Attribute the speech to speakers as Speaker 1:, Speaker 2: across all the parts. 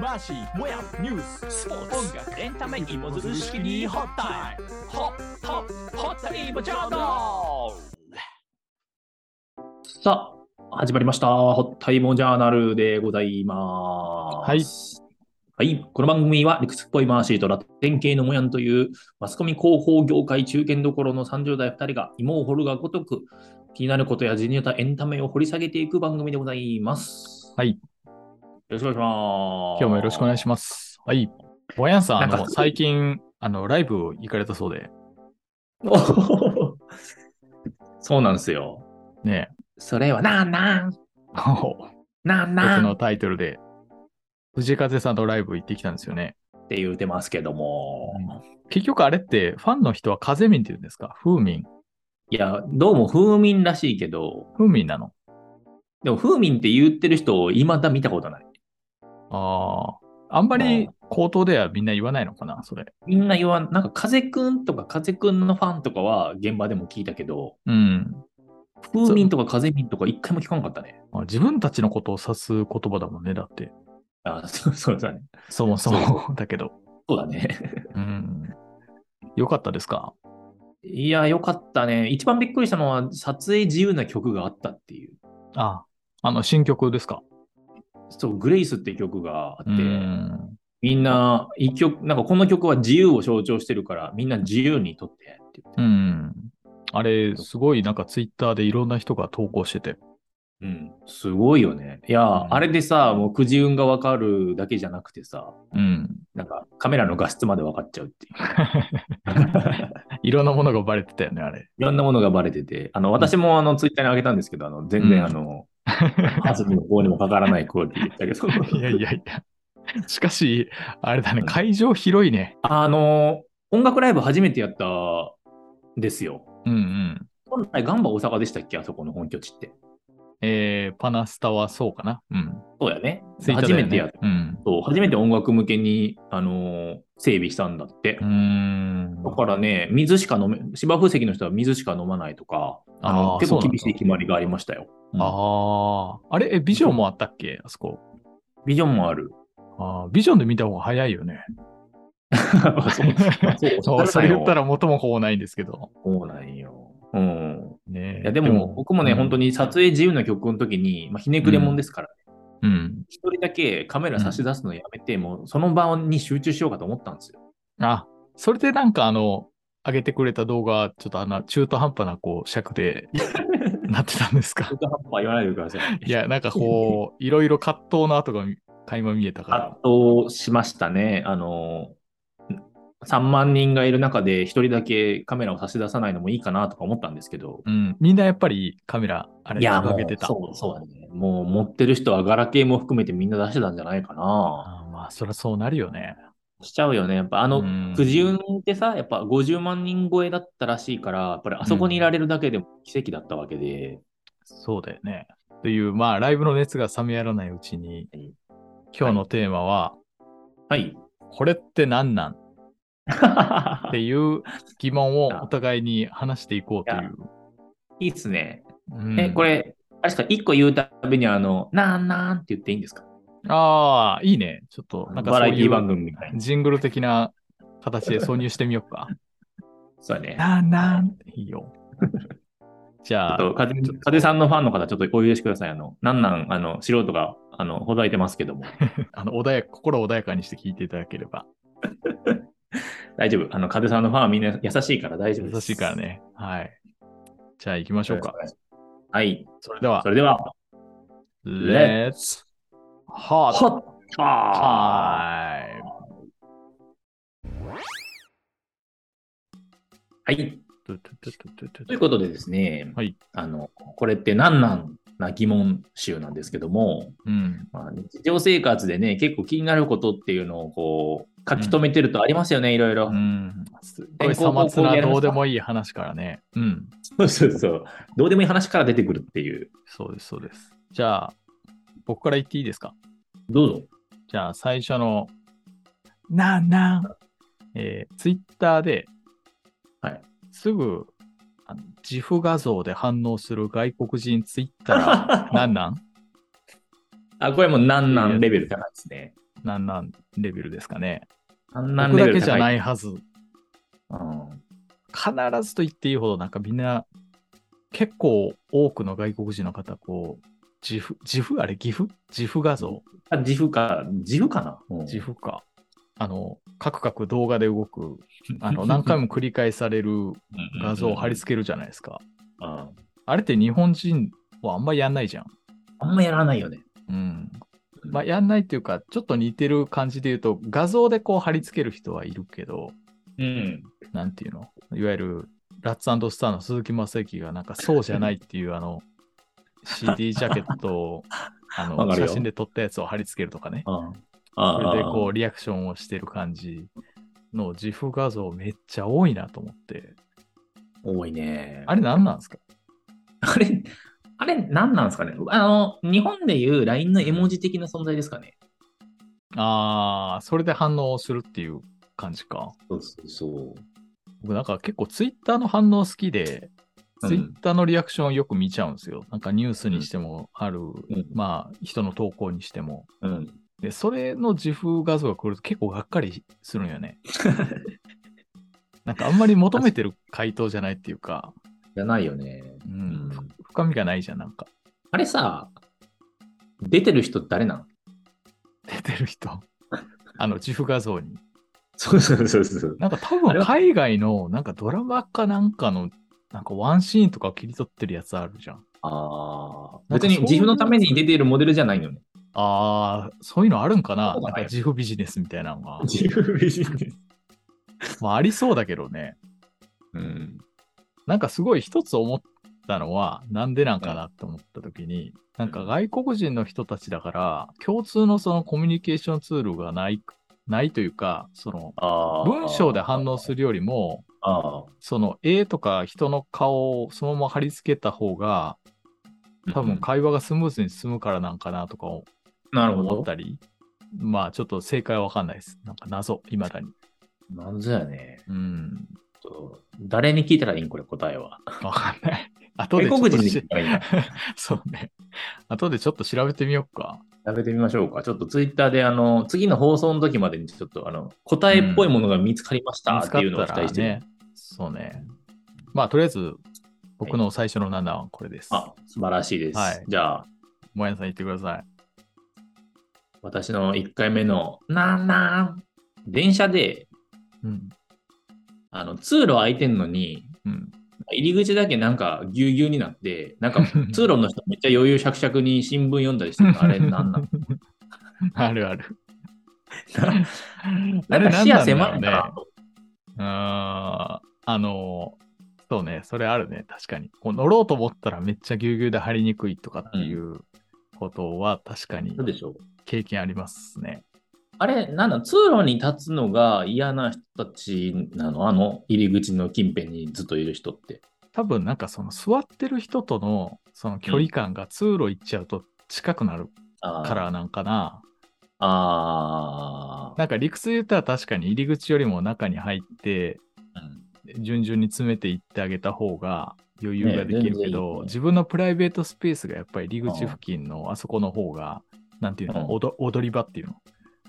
Speaker 1: マシもやニューススポーツ音楽エンタメ芋づる式にホッタイムホッホッホッタイムジャーナ
Speaker 2: さあ、始まりました。ホッタイモジャーナルでございます。はい。この番組は理屈っぽいマーシーとラテン系のモヤンというマスコミ広報業界中堅どころの30代2人が芋を掘るがごとく気になることやジニアタエンタメを掘り下げていく番組でございます。
Speaker 3: はい。
Speaker 2: よろしくお願いします。
Speaker 3: 今日もよろしくお願いします。はい。ボヤンさん、あ
Speaker 2: なんか
Speaker 3: の最近、あの、ライブを行かれたそうで、
Speaker 2: ます。 そうなんですよ。
Speaker 3: ね、
Speaker 2: それはなんなん
Speaker 3: あの
Speaker 2: なんな
Speaker 3: 別
Speaker 2: ん
Speaker 3: のタイトルで、藤井風さんとライブ行ってきたんですよね。
Speaker 2: って言うてますけども。
Speaker 3: 結局あれって、ファンの人は風民って言うんですか風民。
Speaker 2: いや、どうも風民らしいけど、
Speaker 3: 風民なの。
Speaker 2: でも、風民って言ってる人を未だ見たことない。
Speaker 3: ああ。あんまり口頭ではみんな言わないのかな、それ。
Speaker 2: みんな言わん、なんか、風くんとか風くんのファンとかは現場でも聞いたけど、
Speaker 3: うん。
Speaker 2: 風民とか風民とか一回も聞かなかったね。
Speaker 3: まあ自分たちのことを指す言葉だもんね、だって。
Speaker 2: あそうそうだね。
Speaker 3: そもそも だけど。
Speaker 2: そうだね。
Speaker 3: うん。よかったですか
Speaker 2: いや、よかったね。一番びっくりしたのは、撮影自由な曲があったっていう。
Speaker 3: ああ。の、新曲ですか
Speaker 2: そう、グレイスっていう曲があって、
Speaker 3: うん。
Speaker 2: みんな、一曲、なんかこの曲は自由を象徴してるから、みんな自由に撮ってって言っ
Speaker 3: う
Speaker 2: て
Speaker 3: ん。あれ、すごいなんかツイッターでいろんな人が投稿してて。
Speaker 2: うん、すごいよね。いや、
Speaker 3: うん
Speaker 2: あれでさ、もうくじ運がわかるだけじゃなくてさ、
Speaker 3: うん。
Speaker 2: なんかカメラの画質まで分かっちゃうっていう。
Speaker 3: いろんなものがバレてたよね、あれ。
Speaker 2: いろんなものがバレてて、あの私もあのツイッターに上げたんですけど、あの全然
Speaker 3: うん
Speaker 2: あの、パズルの方にもかからないクオリティでしたけ ど、
Speaker 3: いやいやいや。しかし、あれだね、会場広いね。
Speaker 2: あの、音楽ライブ初めてやったんですよ。
Speaker 3: うんうん。
Speaker 2: 本来ガンバ大阪でしたっけあそこの本拠地って。
Speaker 3: えー、パナスタはそうかな。うん。
Speaker 2: そうやね。
Speaker 3: ツイッター
Speaker 2: 初
Speaker 3: だよね
Speaker 2: めてやった。
Speaker 3: うん。
Speaker 2: そう初めて音楽向けに、あの整備したんだって。
Speaker 3: うーん
Speaker 2: だ。からね、水しか飲め、芝生席の人は水しか飲まないとか、あの
Speaker 3: あー
Speaker 2: 結構
Speaker 3: そうなんだ
Speaker 2: 厳しい決まりがありましたよ。
Speaker 3: ああ。あれ、え、ビジョンもあったっけあそこ。
Speaker 2: ビジョンも ある。
Speaker 3: あービジョンで見た方が早いよね。そう、それ言った
Speaker 2: ら。
Speaker 3: ら元も子もないんですけど。
Speaker 2: そうなんよ。うん。
Speaker 3: ね
Speaker 2: いや、でも、僕もね、本当。に撮影自由な曲の時に、まあ、ひねくれもんですから、
Speaker 3: うん。
Speaker 2: 一、人だけカメラ差し出すのやめて、もうその場に集中しようかと思ったんですよ。
Speaker 3: あ、それでなんかあの、上げてくれた動画、ちょっとあの、中途半端なこう尺 でなってたんですか
Speaker 2: 中。途半端は言わないでくださ い。
Speaker 3: いや、なんかこう、いろいろ葛藤の跡が垣間見えた
Speaker 2: 圧
Speaker 3: か
Speaker 2: 倒しましたね。あの、3万人がいる中で、一人だけカメラを差し出さないのもいいかなとか思ったんですけど、
Speaker 3: ら。うん。みんなやっぱりカメラ、あれ、
Speaker 2: いや、も
Speaker 3: 掲
Speaker 2: う
Speaker 3: げてた。
Speaker 2: そう、そうだね。もう持ってる人はガラケーも含めてみんな出してたんじゃないかな。
Speaker 3: あーまあ、そりゃそうなるよね。
Speaker 2: しちゃうよね。やっぱあの、
Speaker 3: の
Speaker 2: くじ運ってさ、やっぱ50万人超えだったらしいから、やっぱりあそこにいられるだけでも奇跡だったわけで、
Speaker 3: そうだよね。という、まあ、ライブの熱が冷めやらないうちに
Speaker 2: はい、
Speaker 3: 今日のテーマは、
Speaker 2: はい。
Speaker 3: これって何なんっていう疑問をお互いに話していこうという。
Speaker 2: いいっすね。
Speaker 3: うん
Speaker 2: え、これ、あれですか、1個言うたびに、あの、なんなんって言っていいんですか
Speaker 3: ああ、いいね。ちょっと、なんか
Speaker 2: バ
Speaker 3: そう
Speaker 2: ラエテ
Speaker 3: い
Speaker 2: ィ番
Speaker 3: う
Speaker 2: 組みたいな。
Speaker 3: ジングル的な形で挿入してみよう か。
Speaker 2: そうだね。
Speaker 3: なんなんいいよ。 じ
Speaker 2: ちょ
Speaker 3: ゃ
Speaker 2: っ
Speaker 3: あ、
Speaker 2: と風、風さんのファンの方、ちょっとお許しください。あの、なんなん、あの、素人が、あの、ほざいてますけども。
Speaker 3: あの穏やか心を穏やかにして聞いていただければ。
Speaker 2: 大丈夫。あの、風さんのファンはみんな優しいから大丈夫で
Speaker 3: 優
Speaker 2: す。
Speaker 3: しいから。ね。はい。じゃあ行きましょうか。。
Speaker 2: はい。
Speaker 3: それでは
Speaker 2: そ、れでは、
Speaker 3: Let's Hot
Speaker 2: ッは
Speaker 3: Time!
Speaker 2: い。ということでですね、
Speaker 3: はい
Speaker 2: あのこれって何なんな疑問集なんですけども、
Speaker 3: うん。
Speaker 2: まあ、日常生活でね、結構気になることっていうのをこう書き留めてるとありますよね、いろいろ。
Speaker 3: うん。すごいさまつなどうでもいい話からね。うん。
Speaker 2: そうそうそう。どうでもいい話から出てくるっていう。
Speaker 3: そうです、そうです。じゃあ、僕から言っていいですか
Speaker 2: どうぞ。
Speaker 3: じゃあ、最初の、なんなん、えー、ツイッターで、
Speaker 2: はい
Speaker 3: すぐ、あの自負画像で反応する外国人 ツイッター、なんなん
Speaker 2: あ、これも何なんレベル高いですね。
Speaker 3: なんなんレベルですかね。
Speaker 2: 三男
Speaker 3: 僕だ
Speaker 2: レベ
Speaker 3: け
Speaker 2: ル
Speaker 3: じゃ
Speaker 2: 高。
Speaker 3: ないいはず。
Speaker 2: うん
Speaker 3: 必ずと言っていいほど、なんかみんな、結構多くの外国人の方、こう、自負、自負あれ、岐阜自負画像
Speaker 2: あ自負か、自負かな。うん
Speaker 3: 自負か。あの、カクカク動画で動く、 あの、何回も繰り返される画像を貼り付けるじゃないですか。
Speaker 2: け、うん
Speaker 3: あれって日本人はあんまやんないじゃん。
Speaker 2: あんまやらないよね。
Speaker 3: うん。まあ、やんないっていうか、ちょっと似てる感じで言うと、画像でこう貼り付ける人はいるけど、
Speaker 2: うん。
Speaker 3: なんていうのいわゆる、ラッツスターの鈴木正幸が、なんかそうじゃないっていう、あ の、CD ジャケットを、あ
Speaker 2: わ
Speaker 3: の、
Speaker 2: かるよ
Speaker 3: 写真で撮ったやつを貼り付けるとかね。
Speaker 2: あ
Speaker 3: そ
Speaker 2: あ
Speaker 3: れでこう、リアクションをしてる感じの自負画像めっちゃ多いなと思って。
Speaker 2: 多いね。
Speaker 3: あれ何なんですか
Speaker 2: あれ、あれ、何なんですかねあの、日本でいう LINE の絵文字的な存在ですかね。
Speaker 3: ああ、それで反応をするっていう感じか。
Speaker 2: そうそうそう。
Speaker 3: 僕なんか結構ツイッターの反応好きで、
Speaker 2: うん
Speaker 3: ツイッターのリアクションをよく見ちゃうんですよ。なんかニュースにしてもある、
Speaker 2: ん
Speaker 3: まあ人の投稿にしても。
Speaker 2: うん。
Speaker 3: で、それの自負画像が来ると結構がっかりするんよ ね。なんかあんまり求めてる回答じゃないっていうか、
Speaker 2: じゃないよね。
Speaker 3: うん
Speaker 2: うん
Speaker 3: 深みがないじゃん、なんか。
Speaker 2: あれさ、出てる人誰なん
Speaker 3: 出てる人。 あの、自負画像に。
Speaker 2: そうそうそうそう。
Speaker 3: なんか多
Speaker 2: あれ
Speaker 3: 分
Speaker 2: は
Speaker 3: 海外のなんかドラマかなんかのなんかワンシーンとかを切り取ってるやつあるじゃん。
Speaker 2: ああ。
Speaker 3: なん
Speaker 2: 別
Speaker 3: か
Speaker 2: に自負のため
Speaker 3: そう
Speaker 2: に出ているモデルじゃないよね。
Speaker 3: ああ、そういうのあるんかな
Speaker 2: そうだ
Speaker 3: な
Speaker 2: ね
Speaker 3: んか自負ビジネスみたいなのが。
Speaker 2: 自負美人です。
Speaker 3: まあありそうだけどね。
Speaker 2: うん。
Speaker 3: なんかすごい一つ思ったのは、なんでなんかなって思った時に、なんか外国人の人たちだから、共通のそのコミュニケーションツールがない、ないというか、その
Speaker 2: ああ。
Speaker 3: 文章で反応するよりも、
Speaker 2: ああ。
Speaker 3: その絵とか人の顔をそのまま貼り付けた方が、多分会話がスムーズに進むからなんかなとか
Speaker 2: なるほ
Speaker 3: 思っ
Speaker 2: ど。
Speaker 3: たり、まあちょっと正解はわかんないです。なんか謎、いまだに。
Speaker 2: なんぞやね。
Speaker 3: うん。
Speaker 2: ちょっと誰に聞いたらいいんこれ答えは。
Speaker 3: わかん ない。後で
Speaker 2: 外
Speaker 3: ちょっと
Speaker 2: 国人に
Speaker 3: し
Speaker 2: 聞いたらいいんだ。
Speaker 3: そうね。後でちょっと調べてみようか。
Speaker 2: 食べてみましょうか。ちょっとツイッターで、あの、次の放送の時までに、ちょっと、あの、答えっぽいものが見つかりました
Speaker 3: 見
Speaker 2: っ
Speaker 3: つ
Speaker 2: て
Speaker 3: かっ
Speaker 2: いうのを期
Speaker 3: た
Speaker 2: 待
Speaker 3: ら
Speaker 2: してる。
Speaker 3: ね。そうね。まあとりあえず、僕の最初の7はこれです。
Speaker 2: あ、素晴らしいです。
Speaker 3: はい
Speaker 2: じゃあ、
Speaker 3: もやさん言ってください。
Speaker 2: 私の1回目の、なんなん電車で、
Speaker 3: うん。
Speaker 2: あの、通路空いてんのに、
Speaker 3: うん。
Speaker 2: 入り口だけなんかぎゅうぎゅうになって、な んか通路の人めっちゃ余裕しゃくしゃくに新聞読んだりしてるのあれなんなん
Speaker 3: あるある。 あ
Speaker 2: なん
Speaker 3: れ
Speaker 2: か視野
Speaker 3: 何
Speaker 2: 狭
Speaker 3: ないん
Speaker 2: ん
Speaker 3: だ
Speaker 2: だ
Speaker 3: ろ
Speaker 2: な
Speaker 3: うね。うーん。あの、そうね。それあるね。確かに。こう乗ろうと思ったらめっちゃぎゅうぎゅうで張りにくいとかっていうことは確かに
Speaker 2: そうでしょう。
Speaker 3: 経験ありますね。
Speaker 2: あれ、なんだ、通路に立つのが嫌な人たちなのあの、入り口の近辺にずっといる人って。
Speaker 3: 多分なんかその座ってる人とのその距離感が通路行っちゃうと近くなる
Speaker 2: あー
Speaker 3: からなんかな。
Speaker 2: あ
Speaker 3: なんか理屈で言ったら確かに入り口よりも中に入って
Speaker 2: あ、うん
Speaker 3: 順々に詰めていってあげた方が余裕ができるけ
Speaker 2: ね全然い
Speaker 3: ど、
Speaker 2: いね
Speaker 3: 自分のプライベートスペースがやっぱり入り口付近のあそこの方が、なんていうの、
Speaker 2: うん
Speaker 3: 踊踊り場っていうの。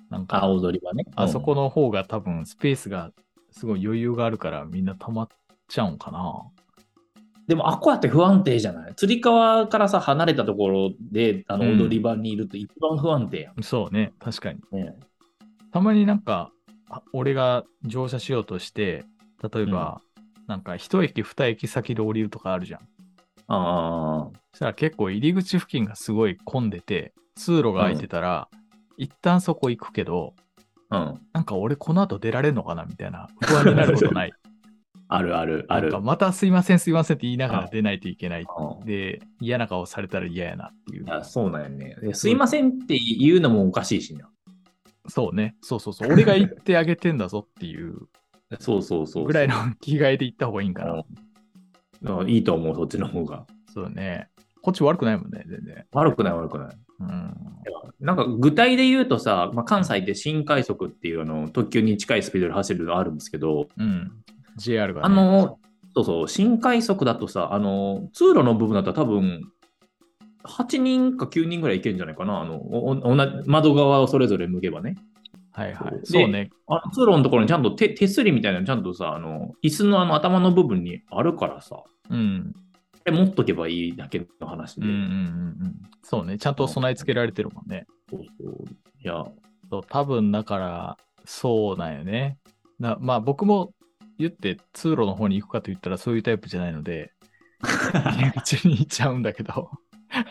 Speaker 3: なん
Speaker 2: あ、
Speaker 3: か
Speaker 2: 踊り場ね。
Speaker 3: あそこの方が多分スペースがすごい余裕があるからみんな溜まっちゃうんかな。
Speaker 2: うんでも、あっこやって不安定じゃないつり革からさ、離れたところで、あの、
Speaker 3: うん
Speaker 2: 踊り場にいると一番不安定やん。
Speaker 3: そうね、確かに。
Speaker 2: ね、
Speaker 3: たまになんか、あ俺が乗車しようとして、例えば、なんか一駅二駅先で降りるとかあるじゃん。
Speaker 2: ああ、
Speaker 3: そしたら結構入り口付近がすごい混んでて、通路が空いてたら、一旦そこ行くけど、
Speaker 2: うん。
Speaker 3: なんか俺この後出られるのかなみたいな不安になること ない。
Speaker 2: あるあるあ
Speaker 3: なん
Speaker 2: る
Speaker 3: か。またすいませんすいませんって言いながら出ないといけない。
Speaker 2: うん
Speaker 3: で、嫌な顔されたら嫌やなっていう
Speaker 2: い。やそうなんやね。ですいませんって言うのもおかしいしな。
Speaker 3: そうね。そうそう そう。俺が行ってあげてんだぞっていう
Speaker 2: そうそうそうそう。
Speaker 3: ぐらいの気概で行った方がいいんかな。
Speaker 2: うん。うんいいと思う、そっちの方が。
Speaker 3: そうね。こっち悪くないもんね、全然。
Speaker 2: 悪くない悪くない。
Speaker 3: うん。
Speaker 2: なんか具体で言うとさ、まあ、関西で新快速っていうあの特急に近いスピードで走るのあるんですけど、
Speaker 3: うん。JR が、ね。
Speaker 2: あの、そうそう、新快速だとさ、あの、通路の部分だと多分、 8人か9人ぐらいいけるんじゃないかな。あの、おお同じ窓側をそれぞれ向けばね。
Speaker 3: はいはい
Speaker 2: そう。
Speaker 3: そうね。
Speaker 2: あの通路のところにちゃんと手手すりみたいなのちゃんとさ、あの、椅子のあの頭の部分にあるからさ、
Speaker 3: うん。
Speaker 2: あれ持っとけばいいだけの話
Speaker 3: うん
Speaker 2: で。
Speaker 3: うんうんうん。そうね。ちゃんと備え付けられてるもんね。
Speaker 2: そうそういや、
Speaker 3: そう多分だから、そうなんよね。なまあ僕も言って通路の方に行くかと言ったらそういうタイプじゃないので、入り口に行っちゃうんだけ ど。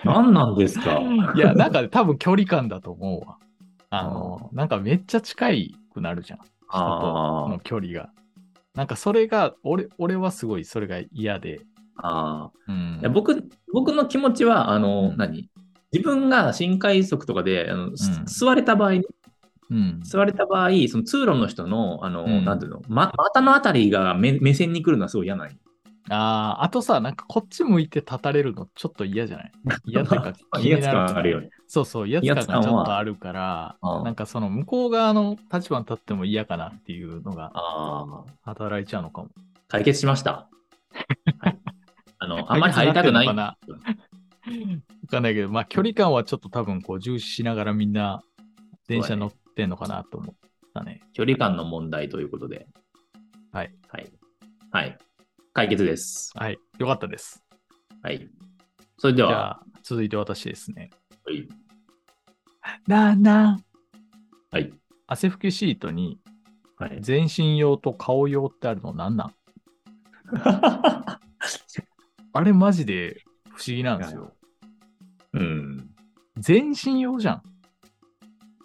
Speaker 2: 何なんで すか
Speaker 3: いや、なんか多分距離感だと思うわ。あの、なんかめっちゃ近いくなるじゃん。
Speaker 2: あー
Speaker 3: の距離が。なんかそれが、俺、俺はすごいそれが嫌で。
Speaker 2: あ
Speaker 3: う
Speaker 2: ー
Speaker 3: ん
Speaker 2: いや僕僕の気持ちは、あの、
Speaker 3: うん
Speaker 2: 何自分が新快速とかであの、す
Speaker 3: うん
Speaker 2: 座れた場合ね、
Speaker 3: うん。
Speaker 2: 座れた場合、その通路の人の、あの、
Speaker 3: うん
Speaker 2: なんていうの、ま、股のあたりが目目線に来るのはすごい嫌なんよ、
Speaker 3: ああ、あとさ、なんかこっち向いて立たれるのちょっと嫌じゃない嫌っていうか 気
Speaker 2: 威
Speaker 3: に
Speaker 2: 圧
Speaker 3: な
Speaker 2: 感あるよね。
Speaker 3: そうそう、威圧
Speaker 2: 威圧
Speaker 3: 感
Speaker 2: 感
Speaker 3: がち
Speaker 2: は
Speaker 3: ょっとあるから、
Speaker 2: うん
Speaker 3: なんかその向こう側の立場に立っても嫌かなっていうのが
Speaker 2: ああ。
Speaker 3: 働いちゃうのかも。
Speaker 2: 解決しました。はい あの、あんまり入りたくない。
Speaker 3: わかんないけど、まあ距離感はちょっと多分こう重視しながらみんな電車乗ってんのかなと思ったね。
Speaker 2: 距離感の問題ということで。
Speaker 3: はい。
Speaker 2: はい。はい。解決です。
Speaker 3: はい、よかったです。
Speaker 2: はい。それで
Speaker 3: じ
Speaker 2: は、
Speaker 3: ゃあ、続いて私ですね。
Speaker 2: はい。
Speaker 3: だな。
Speaker 2: はい。
Speaker 3: 汗拭きシートに
Speaker 2: はい、
Speaker 3: 全身用と顔用ってあるのなんなんあれマジで不思議なんですよ。
Speaker 2: うん。
Speaker 3: 全身用じゃん。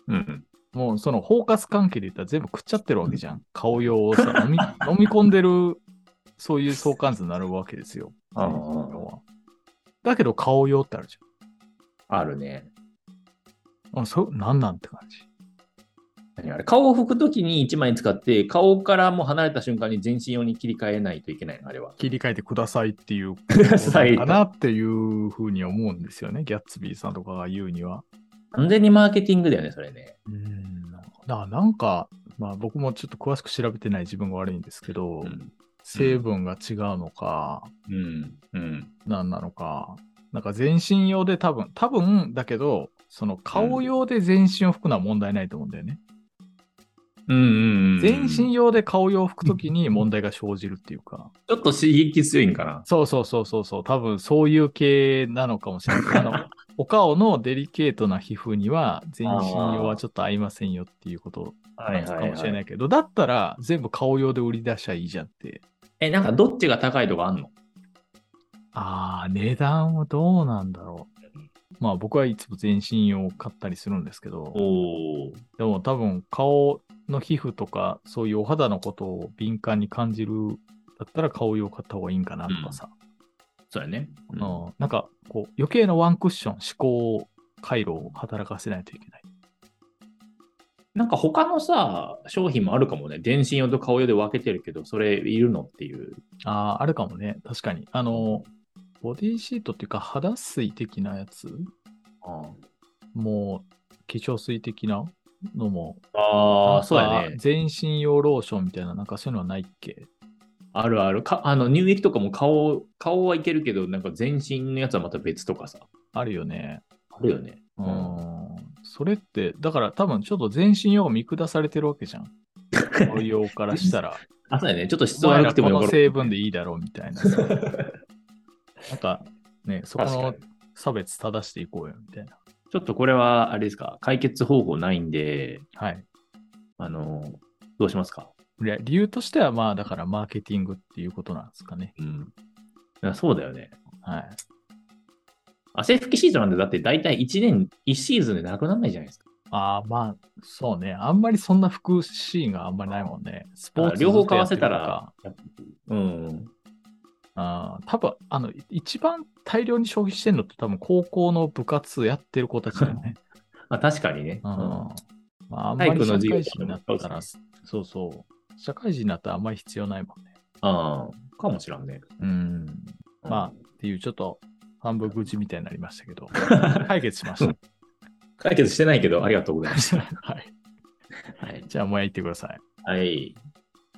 Speaker 2: うん。
Speaker 3: もうその包括関係で言ったら全部食っちゃってるわけじゃん。顔用をさ、飲 み飲み込んでる、そういう相関図になるわけですよ。
Speaker 2: ああ
Speaker 3: 要はだけど顔用ってあるじ
Speaker 2: あるね。
Speaker 3: ゃん。うんそなんなんって感じ。
Speaker 2: 何あれ顔を拭くときに1枚使って、顔からもう離れた瞬間に全身用に切り替えないといけないの、あれは。
Speaker 3: 切り替えてくださいっていう
Speaker 2: く
Speaker 3: こ
Speaker 2: だ
Speaker 3: とな
Speaker 2: さい
Speaker 3: のかなっていうふうに思うんですよね。ギャッツビーさんとかが言うには。
Speaker 2: 完全にマーケティングだよね、それね。
Speaker 3: うん。だからなんか、まあ僕もちょっと詳しく調べてない自分が悪いんですけど、
Speaker 2: うん。
Speaker 3: 成分が違うのか、
Speaker 2: うん。うん。
Speaker 3: なんなのか、なんか全身用で多分、多分だけど、その顔用で全身を拭くのは問題ないと思うんだよね。
Speaker 2: うんうんうん
Speaker 3: 全身用で顔用を拭くときに問題が生じるっていうか、
Speaker 2: ちょっと刺激強いんかな。
Speaker 3: そうそうそうそうそう、多分そういう系なのかもしれ ない。あのお顔のデリケートな皮膚には全身用はちょっと合いませんよっていうことなのかもしれないけど、だったら全部顔用で売り出しちゃいいじゃんって。
Speaker 2: え、なんかどっちが高いとかあんの
Speaker 3: ああ、値段はどうなんだろう。まあ僕はいつも全身用を買ったりするんですけど、
Speaker 2: おお。
Speaker 3: でも多分顔の皮膚とかそういうお肌のことを敏感に感じるだったら顔用買った方がいいんかなとかさ、
Speaker 2: そうやね。
Speaker 3: うんなんかこう余計なワンクッション思考回路を働かせないといけない。
Speaker 2: なんか他のさ、商品もあるかもね。全身用と顔用で分けてるけど、それいるのっていう。
Speaker 3: ああ、あるかもね。確かに。あの、ボディシートっていうか肌水的なやつもう化粧水的なのも。
Speaker 2: あ
Speaker 3: な
Speaker 2: あ、
Speaker 3: ん
Speaker 2: そう
Speaker 3: か
Speaker 2: やね。
Speaker 3: 全身用ローションみたいな、なんかそういうのはないっけ
Speaker 2: あるある。かあの乳液とかも顔、顔はいけるけど、なんか全身のやつはまた別とかさ。
Speaker 3: あるよね。
Speaker 2: あるよね。
Speaker 3: う。んそれって、だから多分ちょっと全身用が見下されてるわけじ ゃん。応用からしたら。
Speaker 2: あ、 そうやね。ちょっと質
Speaker 3: お前
Speaker 2: 悪
Speaker 3: ら
Speaker 2: くても
Speaker 3: こ
Speaker 2: よ
Speaker 3: の
Speaker 2: ろ
Speaker 3: 成分でいいだろうみたいな さ。なんかね、そこ
Speaker 2: 確か
Speaker 3: の
Speaker 2: に。
Speaker 3: 差別正していこうよみたいな。
Speaker 2: ちょっとこれは、あれですか、解決方法ないんで、
Speaker 3: はい。
Speaker 2: あの、どうしますか
Speaker 3: いや理由としてはまあだからマーケティングっていうことなんですかね。
Speaker 2: うん。いやそうだよね。
Speaker 3: はい。
Speaker 2: 汗拭きシートなんてだって大体1年、1シーズンでなくならないじゃないですか。
Speaker 3: ああまあそうね。あんまりそんな服シーンがあんまりないもんね。スポーツ
Speaker 2: 両方
Speaker 3: ずっと
Speaker 2: 買
Speaker 3: や
Speaker 2: わ
Speaker 3: って
Speaker 2: せ
Speaker 3: ると
Speaker 2: た。、
Speaker 3: から
Speaker 2: うん。
Speaker 3: あー多分あの、い一番大量に消費してるのって多分高校の部活やってる子たちだよね。
Speaker 2: まあ確かにね。
Speaker 3: うん
Speaker 2: うん
Speaker 3: まあ、あんま
Speaker 2: 体
Speaker 3: り
Speaker 2: 育
Speaker 3: 社
Speaker 2: の授業
Speaker 3: 会
Speaker 2: と
Speaker 3: 人
Speaker 2: か
Speaker 3: にな
Speaker 2: でも
Speaker 3: っ
Speaker 2: そう
Speaker 3: たら、
Speaker 2: で
Speaker 3: そうそう、社会人になったらあんまり必要ないもんね。
Speaker 2: ああ、かもしらんね。
Speaker 3: うん。まあ、っていうちょっと半分愚痴みたいになりましたけ ど、解決しまし。
Speaker 2: あ、解決してないけど、ありがとうございました
Speaker 3: はい。
Speaker 2: た。はい。
Speaker 3: じゃあ、もう行ってください。
Speaker 2: はい。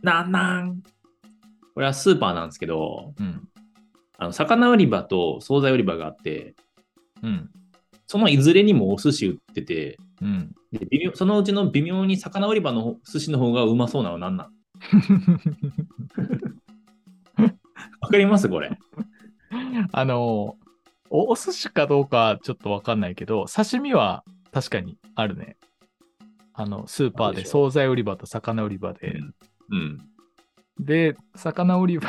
Speaker 2: なんなんこれはスーパーなんですけど、
Speaker 3: うん。
Speaker 2: あの魚売り場と惣菜売り場があって、
Speaker 3: うん。
Speaker 2: そのいずれにもお寿司売ってて、
Speaker 3: うん。
Speaker 2: で微妙そのうちの微妙に魚売り場の寿司の方がうまそうなのは何なん わかりますこれ。
Speaker 3: あの、おお寿司かどうかちょっとわかんないけど、刺身は確かにあるね。あの、スーパー
Speaker 2: ある
Speaker 3: で、
Speaker 2: でしょ
Speaker 3: 惣菜売り場と魚売り場で。
Speaker 2: うん。
Speaker 3: で、魚売り場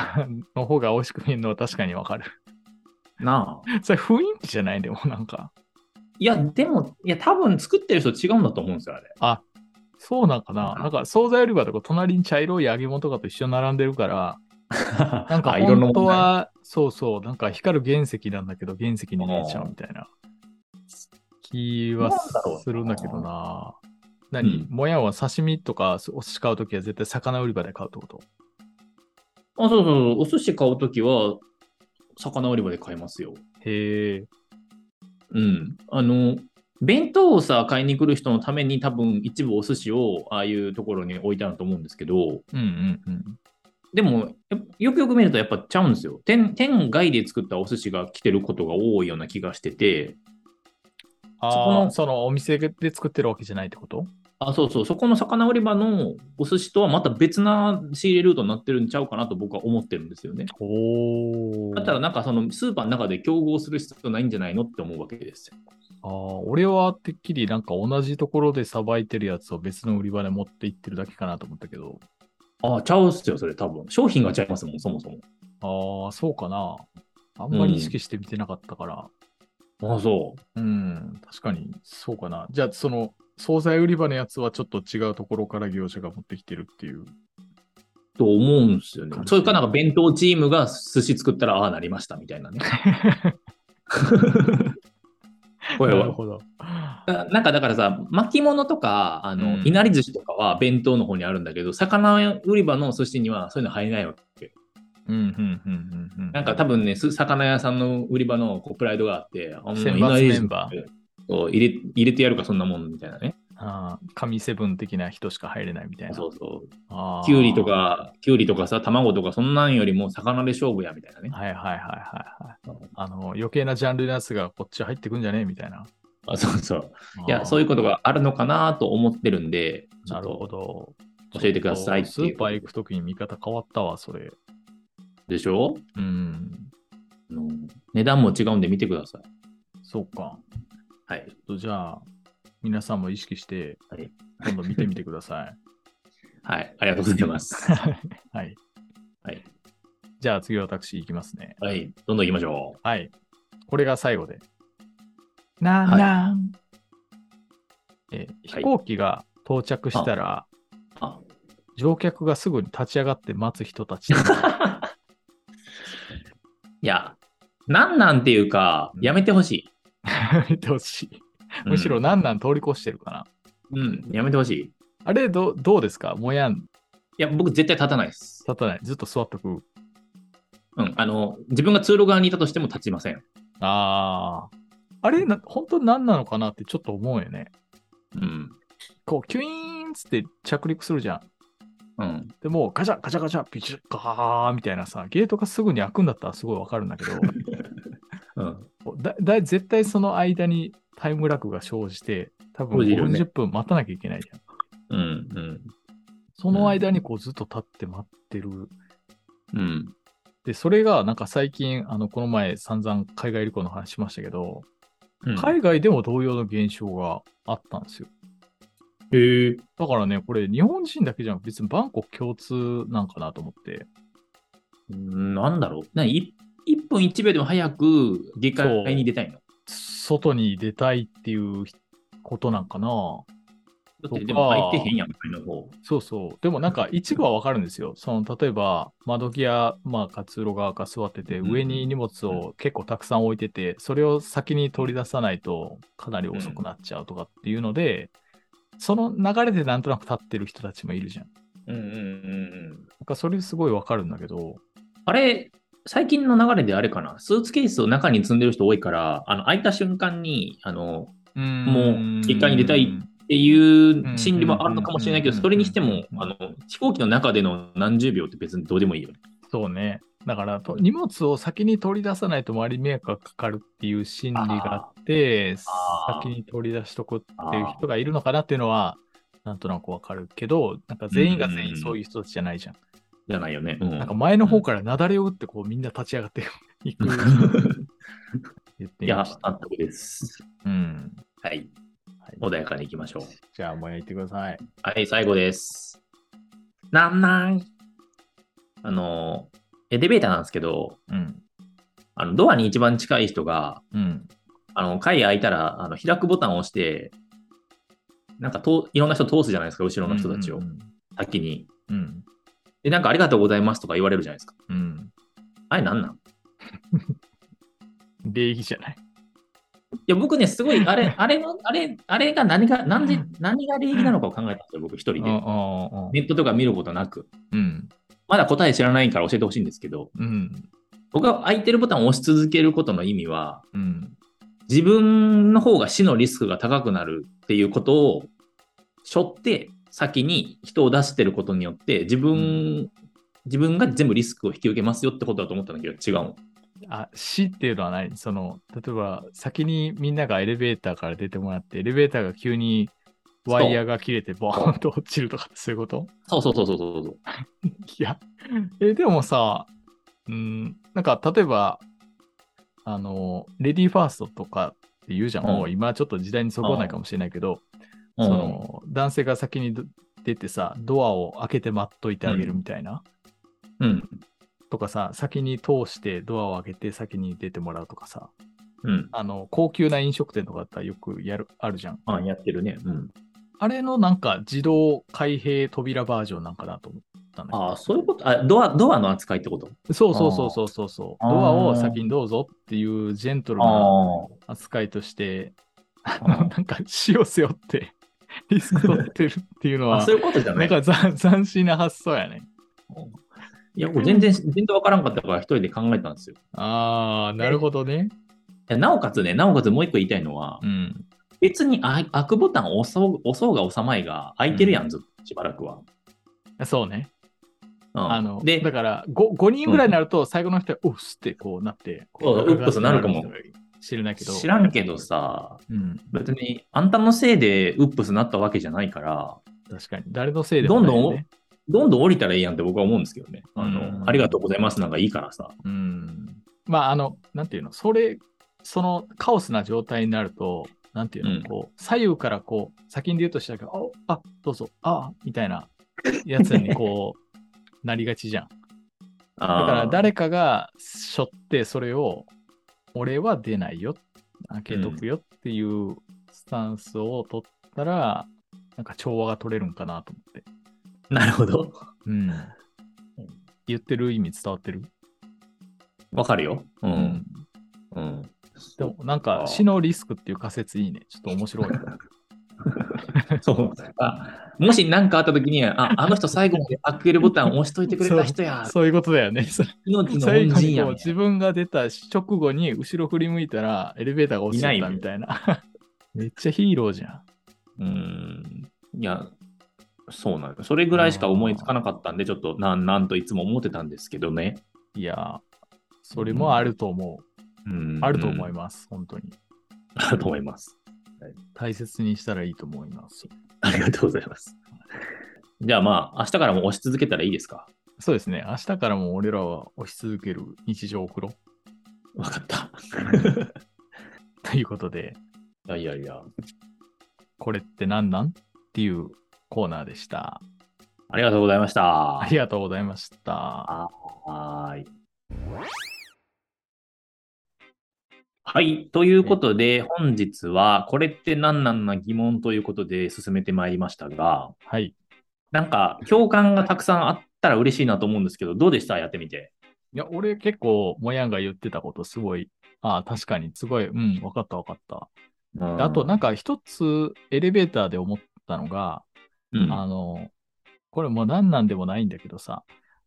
Speaker 3: の方が美味しく見えるのは確かにわかる。
Speaker 2: なあ。
Speaker 3: それ雰囲気じゃないでもなんか。
Speaker 2: いや、でも、いや、多分作ってる人違うんだと思うんですよ、あれ。
Speaker 3: あ、そうなんかな。
Speaker 2: うん
Speaker 3: なんか、惣菜売り場とか隣に茶色い揚げ物とかと一緒に並んでるから、
Speaker 2: な
Speaker 3: なんか本当は、そうそう、なんか光る原石なんだけど、原石になっちゃうみたいな気はするんだけど
Speaker 2: なんだ
Speaker 3: な。何、
Speaker 2: うん
Speaker 3: もやは刺身とかお寿司買うときは絶対魚売り場で買うってこと
Speaker 2: あ、そうそうそう。お寿司買うときは、魚売り場で買いますよ。
Speaker 3: へえ。
Speaker 2: うん。あの、弁当をさ、買いに来る人のために多分一部お寿司をああいうところに置いてあると思うんですけど、
Speaker 3: うんうんうん。
Speaker 2: でも、やっぱよくよく見るとやっぱちゃうんですよ。天天外で作ったお寿司が来てることが多いような気がしてて、
Speaker 3: あ
Speaker 2: そこ
Speaker 3: そ
Speaker 2: の
Speaker 3: そのお店で作ってるわけじゃないってこと
Speaker 2: あ、そうそう、そこの魚売り場のお寿司とはまた別な仕入れルートになってるんちゃうかなと僕は思ってるんですよね。
Speaker 3: お
Speaker 2: だったらなんかそのスーパーの中で競合する必要ないんじゃないのって思うわけですよ。
Speaker 3: あー俺はてっきりなんか同じところでさばいてるやつを別の売り場で持って行ってるだけかなと思ったけど。
Speaker 2: ああ、ちゃうっすよ、それ多分。商品がちゃいますもん、そもそも。
Speaker 3: ああ、そうかな。あんまり意識して見てなかったから。
Speaker 2: ああ、そう。
Speaker 3: うん、確かにそうかな。じゃあ、その、惣菜売り場のやつはちょっと違うところから業者が持ってきてるっていう。
Speaker 2: と思うんですよね
Speaker 3: 感。じ
Speaker 2: それかなんか弁当チームが寿司作ったらああなりましたみた いなね。これ
Speaker 3: なる
Speaker 2: は
Speaker 3: ほど。
Speaker 2: ななんかだからさ巻物とかあの、
Speaker 3: うん
Speaker 2: いなり寿司とかは弁当の方にあるんだけど魚売り場の寿司にはそういうの入れないわけ。
Speaker 3: うん、うん、うん、うん。
Speaker 2: なんか多分ねす魚屋さんの売り場のこうプライドがあってあん
Speaker 3: 選抜メンバ
Speaker 2: ー入れ入れてやるかそんなもんみたいなね。
Speaker 3: あー神セブン的な人しか入れないみたいな。
Speaker 2: そうそう。
Speaker 3: あー
Speaker 2: きゅうりと。かきゅうりとかさ卵とかそんなんよりも魚で勝負やみたいなね。
Speaker 3: はいはいはいはいはい。あの、余計なジャンルのやつがこっち入ってくんじゃねえみたいな。
Speaker 2: あそうそう。いや、そう
Speaker 3: い
Speaker 2: いうことがあるのかなと思ってるんで、
Speaker 3: うなるほ
Speaker 2: ど。
Speaker 3: ど。
Speaker 2: 教えてくださいって
Speaker 3: ス
Speaker 2: いう
Speaker 3: ーパー行くときに見方変わったわ、それ。
Speaker 2: でしょ
Speaker 3: うん。
Speaker 2: あの値段も違うんで見てください。
Speaker 3: そうか。
Speaker 2: はい。
Speaker 3: ちょっとじゃあ、皆さんも意識して
Speaker 2: はい、
Speaker 3: 今度見てみてくだ さい。
Speaker 2: はい。ありがとうございます。
Speaker 3: はい。
Speaker 2: はい。
Speaker 3: じゃあ次私いきますね。
Speaker 2: はい。どんどん行きましょ
Speaker 3: はい。これが最後で。なんなん、えー飛
Speaker 2: はい
Speaker 3: 行機が到着したら、
Speaker 2: う。あ
Speaker 3: 乗客がすぐに立ち上がって待つ人たち。
Speaker 2: いや、なんなんていうか、やめてほしい。
Speaker 3: 見てほしい。
Speaker 2: うん
Speaker 3: むしろ、なんなん通り越してるかな。
Speaker 2: うん、やめてほしい。い
Speaker 3: あれど、どうですかもやん、
Speaker 2: や、僕絶対立たないです。
Speaker 3: 立たない。ずっと座っとく。
Speaker 2: うん。あの、自分が通路側にいたとしても立ちません。
Speaker 3: ああ。あれ、な本当なんなのかなってちょっと思うよね。
Speaker 2: うん。
Speaker 3: こう、キュイーンっつって着陸するじゃん。
Speaker 2: うん。
Speaker 3: でも、ガチャガチャガチャ、ピチッ、ガーみたいなさ、ゲートがすぐに開くんだったらすごいわかるんだ けど、
Speaker 2: うん。
Speaker 3: だだ絶対その間にタイムラグが生じて、多分
Speaker 2: 生じるよね
Speaker 3: 50分待たなきゃいけないじゃん。
Speaker 2: うん。うん。
Speaker 3: その間にこうずっと立って待ってる。
Speaker 2: うん。
Speaker 3: で、それがなんか最近、あの、この前散々海外旅行の話しましたけど、
Speaker 2: うん、
Speaker 3: 海外でも同様の現象があったんですよ。
Speaker 2: へえ。
Speaker 3: だからね、これ日本人だけじゃなく別にバンコク共通なんかなと思って。
Speaker 2: うんなんだろう何 ?1 分1秒でも早く下界に出たいの
Speaker 3: 外に出たいっていうことなんかな。
Speaker 2: だっ
Speaker 3: そう
Speaker 2: て
Speaker 3: か
Speaker 2: でも空いてへんやん、前の方。
Speaker 3: そうそう。でもなんか一部はわかるんですよ。その例えば窓際、まあ活路側か座ってて、
Speaker 2: うん
Speaker 3: 上に荷物を結構たくさん置いてて、それを先に取り出さないとかなり遅くなっちゃうとかっていうので、その流れでなんとなく立ってる人たちもいるじゃん。
Speaker 2: うんうんうんうん。
Speaker 3: なんかそれすごいわかるんだけど、
Speaker 2: あれ、最近の流れであれかな、スーツケースを中に積んでる人多いから、あの空いた瞬間にあの
Speaker 3: も
Speaker 2: う一回に出たいっていう心理
Speaker 3: うん
Speaker 2: はあるのかもしれないけ
Speaker 3: うん
Speaker 2: ど、
Speaker 3: うん
Speaker 2: それにしても
Speaker 3: うん
Speaker 2: あの飛行機の中での何十秒って別にどうでもいいよね。
Speaker 3: そうね。だからと荷物を先に取り出さないと周りに迷惑がかかるっていう心理があって、
Speaker 2: あー
Speaker 3: 先に取り出しとくっていう人がいるのかなっていうのは、なんとなくわかるけど、なんか全員が全員そういう人たちじゃないじゃん。
Speaker 2: じゃないよね。うん
Speaker 3: なんか前の方から雪崩を打って、こうみんな立ち上がっていく。 言って
Speaker 2: い
Speaker 3: み
Speaker 2: や
Speaker 3: まし、た
Speaker 2: 納得です。
Speaker 3: うん。
Speaker 2: はい。
Speaker 3: はい
Speaker 2: 穏やかにいきましょう。
Speaker 3: じゃあ、もう焼いてください。
Speaker 2: はい、最後です。なんなんあの、エレベーターなんですけど、
Speaker 3: うん。
Speaker 2: あのドアに一番近い人が、
Speaker 3: うん。
Speaker 2: あの階開いたらあの開くボタンを押して、なんかといろんな人通すじゃないですか、後ろの人たちを、
Speaker 3: うん
Speaker 2: 先に。
Speaker 3: うん。
Speaker 2: で、なんかありがとうございますとか言われるじゃないですか。
Speaker 3: うん。
Speaker 2: あれなんなんい
Speaker 3: 礼儀じゃない。
Speaker 2: や、僕ね、すごい、あれ、あれの、あれ、あれが何が、何
Speaker 3: う
Speaker 2: で
Speaker 3: ん、
Speaker 2: 何が礼儀なのかを考えたんですよ、僕一人で。
Speaker 3: うん
Speaker 2: ネットとか見ることなく。
Speaker 3: うん。
Speaker 2: まだ答え知らないから教えてほしいんですけど、
Speaker 3: うん。
Speaker 2: 僕が空いてるボタンを押し続けることの意味は、
Speaker 3: うん。
Speaker 2: 自分の方が死のリスクが高くなるっていうことを背負って先に人を出してることによって自分、
Speaker 3: うん
Speaker 2: 自分が全部リスクを引き受けますよってことだと思ったんだけど違うの
Speaker 3: あ、死っていうのはない。その、例えば、先にみんながエレベーターから出てもらって、エレベーターが急にワイヤーが切れて、ボーンと落ちるとか、 そういうこと
Speaker 2: そうそうそうそうそうそう
Speaker 3: いや、 え、でもさ、うん、なんか、例えば、あの、レディーファーストとかって言うじゃん。
Speaker 2: うん
Speaker 3: もう今はちょっと時代にそぐわないかもしれないけど、
Speaker 2: うん
Speaker 3: その男性が先にど出てさ、ドアを開けて待っといてあげるみたいな、
Speaker 2: うん
Speaker 3: とかさ、先に通してドアを開けて先に出てもらうとかさ、
Speaker 2: うん
Speaker 3: あの、高級な飲食店とかだったらよくやる、あるじゃん。
Speaker 2: あやってるねうん
Speaker 3: あれのなんか自動開閉扉バージョンなんかなと思ったんだけど。
Speaker 2: ああそういうことあドアドアの扱いってこと
Speaker 3: そうそうそうそうそうそう。
Speaker 2: あー
Speaker 3: ドアを先にどうぞっていうジェントルな扱いとして、
Speaker 2: あ
Speaker 3: なんか死を背負ってリスク取ってるっていうの
Speaker 2: あ
Speaker 3: は
Speaker 2: そ、ういうことじゃな
Speaker 3: ないんか斬斬新な発想やね。
Speaker 2: いや僕全然全然わからんかったから一人で考えたんですよい
Speaker 3: ああ、なるほどね。
Speaker 2: やなおかつねなおかつもう一個言いたいのは、
Speaker 3: うん。
Speaker 2: 別にあ開くボタンを押そう押そうが押さまいが開いてるやん、ずっとしばらくは。
Speaker 3: そうね。
Speaker 2: うん
Speaker 3: あの、
Speaker 2: で
Speaker 3: だから5、五人ぐらいになると、最後の人は、おっすってこうなって、
Speaker 2: そ
Speaker 3: こ
Speaker 2: ううっぷすなるかも。
Speaker 3: 知れないけど。
Speaker 2: 知らんけどさ、
Speaker 3: うん。
Speaker 2: 別にあんたのせいでウップスなったわけじゃないから、
Speaker 3: 確かに。誰のせいでもないよね。
Speaker 2: どんどん降りたらいいやんって僕は思うんですけどね。あ
Speaker 3: う
Speaker 2: の
Speaker 3: ん
Speaker 2: ありがとうございますなんかいいからさ。
Speaker 3: うん。まあ、あの、なんていうの、それ、そのカオスな状態になると、なんていうの、
Speaker 2: うん
Speaker 3: こう、左右からこう、先に出ようとしたけど、あ、あどうぞ、あ、みたいなやつにこう、 なりがちじゃん。
Speaker 2: だ
Speaker 3: だから誰かが背負ってそれを俺は出ないよ開けとくよっていうスタンスを取ったら、なんか調和が取れるんかなと思って、
Speaker 2: なるほど。
Speaker 3: うん、言ってる意味伝わってる、
Speaker 2: わかるよ。う。
Speaker 3: うん
Speaker 2: うん。
Speaker 3: でもなん
Speaker 2: あ
Speaker 3: か
Speaker 2: ー
Speaker 3: 死のリスクっていう仮説いいねちょっと面白い
Speaker 2: そうあもし何かあった時に、あ、あの人最後まで開けるボタン押しといてくれた人や。
Speaker 3: そういうことだよねそれ
Speaker 2: 命 の
Speaker 3: 最
Speaker 2: 恩
Speaker 3: 後
Speaker 2: 人
Speaker 3: に
Speaker 2: や
Speaker 3: こう。自分が出た直後に後ろ振り向いたらエレベーターが落ちちゃったみたいな めっちゃヒーローじゃん
Speaker 2: うーんいや、そうなの。それぐらいしか思いつかなかったんで、ちょっとなんなんといつも思ってたんですけどね。
Speaker 3: いやそれもあると思う、
Speaker 2: うん
Speaker 3: あると思い
Speaker 2: す。
Speaker 3: ます本当に
Speaker 2: ある と思います。
Speaker 3: 大切にしたらいいと思います。
Speaker 2: ありがとうございます。じゃあまあ、明日からも押し続けたらいいですか
Speaker 3: そうですね。明日からも俺らは押し続ける日常を送ろう。
Speaker 2: わかった。
Speaker 3: ということで、
Speaker 2: いやいやいや。
Speaker 3: これって何なんっていうコーナーでした。
Speaker 2: ありがとうございました。
Speaker 3: あ
Speaker 2: は
Speaker 3: りがとうございました。
Speaker 2: ーい。はい。ということで、本日は、これって何なんな疑問ということで進めてまいりましたが、
Speaker 3: はい。
Speaker 2: なんか共感がたくさんあったら嬉しいなと思うんですけど、どうでしたやってみて。
Speaker 3: いや、俺結構、もやんが言ってたことすごい、ああ、確かに、すごい、うん、分かった分かった。であと、なんか一つ、エレベーターで思ったのが、
Speaker 2: うん、
Speaker 3: あの、これもう何なんでもないんだけどさ、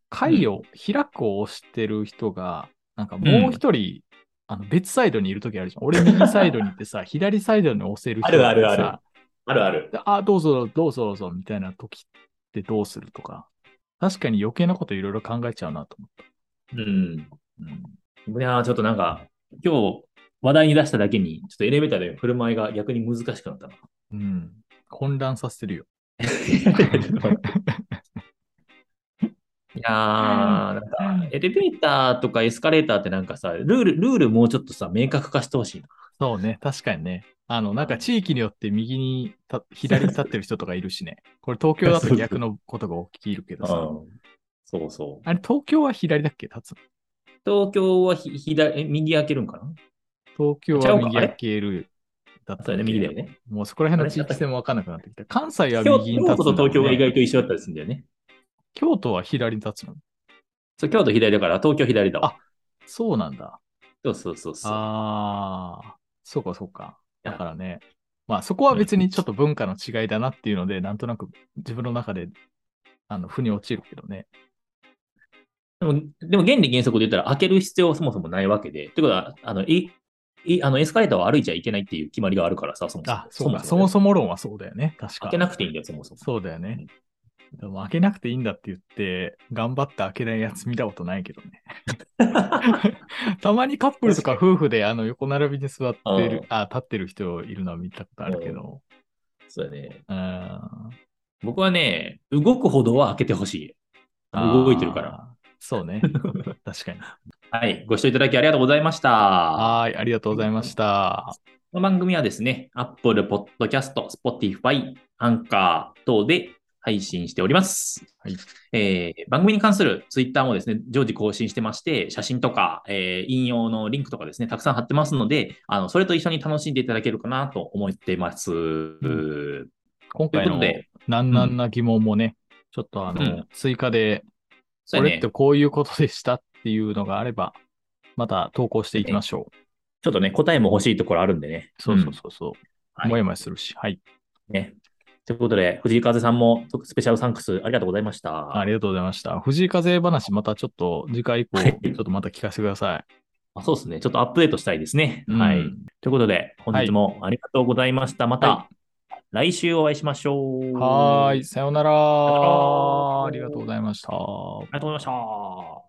Speaker 3: 会を開くを押してる人が、なんかもう一人、あの別サイドにいるときあるじゃん。俺右サイドにいてさ、 左サイドに押せる人が
Speaker 2: あるある
Speaker 3: さ
Speaker 2: あるある。
Speaker 3: であ、どうぞどうぞどうぞみたいなときってどうするとか。確かに余計なこといろいろ考えちゃうなと思っ
Speaker 2: うん。
Speaker 3: た。うん
Speaker 2: いやーちょっとなんか、今日、話題に出しただけに、ちょっとエレベーターで振る舞いが逆に難しくなっ たな。
Speaker 3: うん。混乱させてる よ。
Speaker 2: いやー、なんか、エレベーターとかエスカレーターってなんかさ、ルール、ルールもうちょっとさ、明確化してほしいな。
Speaker 3: そうね、確かにね。あの、なんか地域によって右にた、左に立ってる人とかいるしね。これ東京だと逆のことが起きるけどさ。
Speaker 2: そうそう。
Speaker 3: あれ、東京は左だっけ立つ
Speaker 2: 東京はひ左、え右開けるんかな
Speaker 3: の東京
Speaker 2: ちゃ
Speaker 3: は
Speaker 2: うか
Speaker 3: 右
Speaker 2: あれ
Speaker 3: 開けるだった
Speaker 2: そうだ
Speaker 3: っ
Speaker 2: よ
Speaker 3: け
Speaker 2: ね、右だよね。
Speaker 3: もうそこら辺の地域性もわかんなくなってきた。関西は
Speaker 2: 京
Speaker 3: 右に立
Speaker 2: 京
Speaker 3: つ
Speaker 2: 都
Speaker 3: んだも
Speaker 2: と
Speaker 3: んね
Speaker 2: 東京が意外と一緒だったりするんだよね。
Speaker 3: 京都は左に立つの
Speaker 2: そう、京都左だから、東京左だわ。
Speaker 3: そうなんだ。
Speaker 2: そうそうそうそう。
Speaker 3: ああ、そうかそうか。だからね、まあそこは別にちょっと文化の違いだなっていうので、なんとなく自分の中で、あの、腑に落ちるけどね。
Speaker 2: でも、でも原理原則で言ったら、開ける必要はそもそもないわけで。ってことは、あの、い、い、あの、エスカレーターは歩いちゃいけないっていう決まりがあるからさ、そもそも。
Speaker 3: あ、そうか。そ
Speaker 2: そも
Speaker 3: も
Speaker 2: そ
Speaker 3: そも論はそうだよね。確か
Speaker 2: も。開け。なくていいんだよ、そもそも。
Speaker 3: そうだよね。でも開けなくていいんだって言って、頑張って開けないやつ見たことないけどね。 たまにカップルとか夫婦であの横並びに座ってる、あ立ってる人いるのは見たことあるけど。
Speaker 2: そうだね。
Speaker 3: うん。
Speaker 2: 僕はね、動く歩道は開けてほしい。動いてるから。
Speaker 3: ら。そう ね。確かに。
Speaker 2: はい。ご視聴いただきありがとうございました。
Speaker 3: はい、ありがとうございました。
Speaker 2: この番組はですね、Apple Podcast、Spotify、Anchor 等で配信しております。
Speaker 3: はい
Speaker 2: えー番組に関する Twitter もですね、常時更新してまして、写真とか、えー引用のリンクとかですね、たくさん貼ってますので、あのそれと一緒に楽しんでいただけるかなと思っています。
Speaker 3: ん今
Speaker 2: という
Speaker 3: 回
Speaker 2: こと
Speaker 3: の
Speaker 2: で、
Speaker 3: 難難な疑問もね、ちょっとあの、
Speaker 2: うん
Speaker 3: 追加で、
Speaker 2: そ
Speaker 3: こ
Speaker 2: うや
Speaker 3: れっ
Speaker 2: ね
Speaker 3: てこういうことでしたっていうのがあれば、また投稿していきましょう。
Speaker 2: ちょっとね、答えも欲しいところあるんでね。
Speaker 3: そうそうそうそう。
Speaker 2: はい
Speaker 3: もやもやするし。はい。
Speaker 2: うんね。ということで、藤井風さんもスペシャルサンクスありがとうございました。
Speaker 3: ありがとうございました。藤井風話、またちょっと次回以降、
Speaker 2: はい
Speaker 3: ちょっとまた聞かせてくださ
Speaker 2: あそうですね。ちょっとアップデートしたいですね。
Speaker 3: い。うん
Speaker 2: はい。ということで、本日もありがとうございました。また来週お会いしましょう。
Speaker 3: はーい。。さようなら。
Speaker 2: よなら
Speaker 3: ありがとうございました。
Speaker 2: ありがとうございました。